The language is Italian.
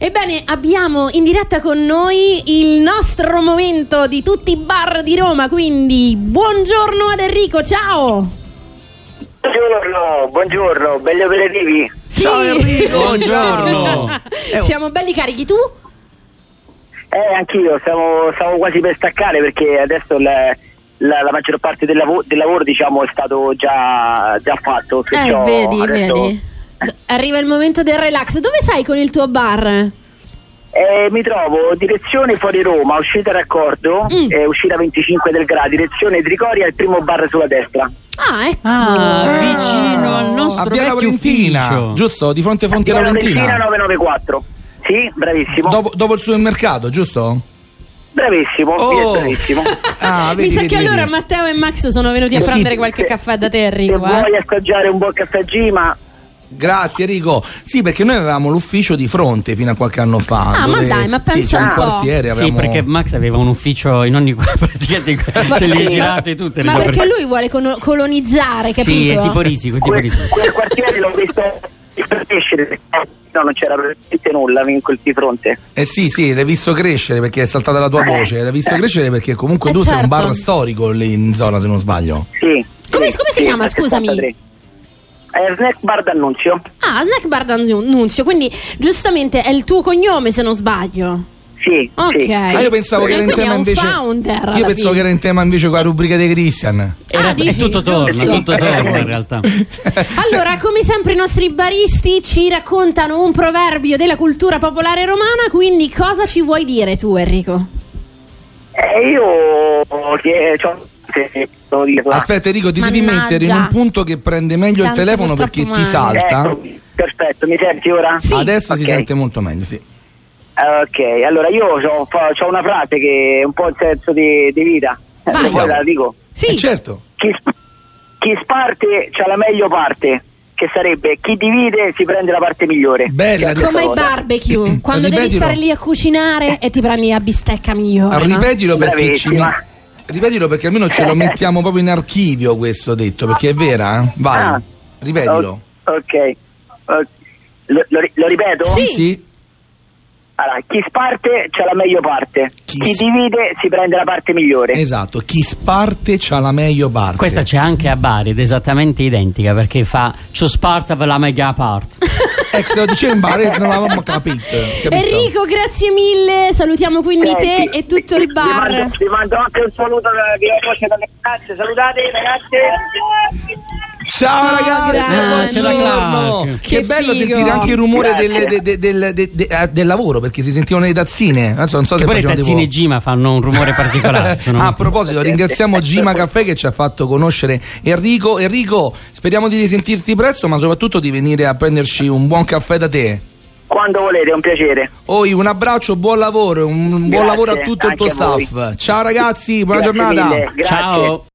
Ebbene, abbiamo in diretta con noi il nostro momento di tutti i bar di Roma, quindi buongiorno ad Enrico, ciao! Buongiorno, buongiorno, belli operativi. Ciao Sì. Enrico, buongiorno. Eh, Siamo belli carichi, tu? Eh, anch'io, stavo, stavo quasi per staccare perché adesso la, la- la maggior parte del, lavo- del lavoro diciamo, è stato già, già fatto. eh, perciò vedi, adesso- vedi. S- Arriva il momento del relax. Dove sei con il tuo bar? Ah, Eh, mi trovo direzione fuori Roma, uscita raccordo, Mm. eh, uscita 25 del Gra, direzione Tricoria, il primo bar sulla destra. Ah, ecco. Ah, vicino al nostro a via vecchio Laurentina, ufficio. giusto? Di fronte Fonte Via Laurentina Laurentina. 994. Sì, bravissimo. Dopo, dopo il supermercato, giusto? Bravissimo, sì, bravissimo. Ah, Mi vedi, sa vedi, che vedi. allora Matteo e Max sono venuti a Eh sì. prendere qualche caffè da te, Se Enrico. eh. vuoi assaggiare un buon caffè Gima, Grazie Enrico. Sì, perché noi avevamo l'ufficio di fronte fino a qualche anno fa. Ah, ma dove- dai, ma pensa sì, c'era un un po'. quartiere. Sì, avevamo- perché Max aveva un ufficio in ogni praticamente Ma- ce li ma- girate tutte le Ma perché copertine. lui vuole cono- colonizzare, capito? Sì, è tipo risico, è tipo quel, risico. quel quartiere l'ho visto crescere, no, non c'era veramente nulla in quel di fronte. Eh sì, sì, l'hai visto crescere perché è saltata la tua voce. L'hai visto crescere perché comunque Eh, tu sei un certo. bar storico lì in zona, se non sbaglio. Sì. Come- sì, come si sì, chiama, nel scusami? 73. Eh, snack Bar d'Annunzio. Ah, Snack Bar D'Annunzio, quindi giustamente è il tuo cognome se non sbaglio. Sì, Ok. sì. Ma Ah, io pensavo che era in Quindi è tema un invece. founder, alla io pensavo fine. che era in tema invece con la rubrica dei Christian. Ah, Era- dici, è tutto torna, giusto. Eh, tutto Eh, torna in realtà. Cioè, Allora, come sempre i nostri baristi ci raccontano un proverbio della cultura popolare romana, quindi cosa ci vuoi dire tu Enrico? Eh, io che cioè, se- se devo dirla. Aspetta, Enrico, ti devi Mannaggia. mettere in un punto che prende meglio Sento il telefono purtroppo perché male. ti salta. Ecco, perfetto, mi senti ora? Sì. Adesso si Ok. sente molto meglio, sì. Eh, Ok, allora io ho una frase che è un po' il senso di, di vita. Eh, Vai. Poi la dico. Sì, Eh, certo. Chi, sp- chi sparte c'ha la meglio parte, che sarebbe chi divide si prende la parte migliore. Che Bella, è come i questa cosa. barbecue, quando devi Eh, Ripetilo. Eh. stare lì a cucinare e ti prendi la bistecca migliore. no? Ripetilo perché ci Bravissima. Ripetilo perché almeno ce lo mettiamo proprio in archivio questo detto, perché è vera, eh? Vai. Ah. Ripetilo. O- ok. O- Lo, lo ri- lo ripeto? Sì. Allora, chi sparte c'ha la meglio parte, Chi chi, s- divide si prende la parte migliore. Esatto, chi sparte c'ha la meglio parte. Questa c'è anche a Bari ed è esattamente identica perché fa Ciò Sparta per la mega part. Ecco, se lo dicevo in bare, non l'avevamo capito. capito? Enrico, grazie mille, salutiamo quindi te Senti, e tutto il Vi bar. Eh, mando, vi mando anche un saluto da via voce dalle ragazze. Salutate ragazze. Ciao ragazzi, grande. Ah, buongiorno. Che Che, bello figo. sentire anche il rumore Grazie. delle- de- de- del, de- de- eh, del lavoro perché si sentivano le tazzine. Non so, non so Che se poi le facevano tazzine tipo- Gima fanno un rumore particolare. sono- Ah, a proposito, ringraziamo Gima Caffè che ci ha fatto conoscere Enrico. Enrico, speriamo di risentirti presto, ma soprattutto di venire a prenderci un buon caffè da te. Quando volete, è un piacere. Oi, un abbraccio, buon lavoro, un buon Grazie, lavoro a tutto il tuo anche a voi. staff. Ciao ragazzi, buona Grazie giornata. mille, grazie. Ciao.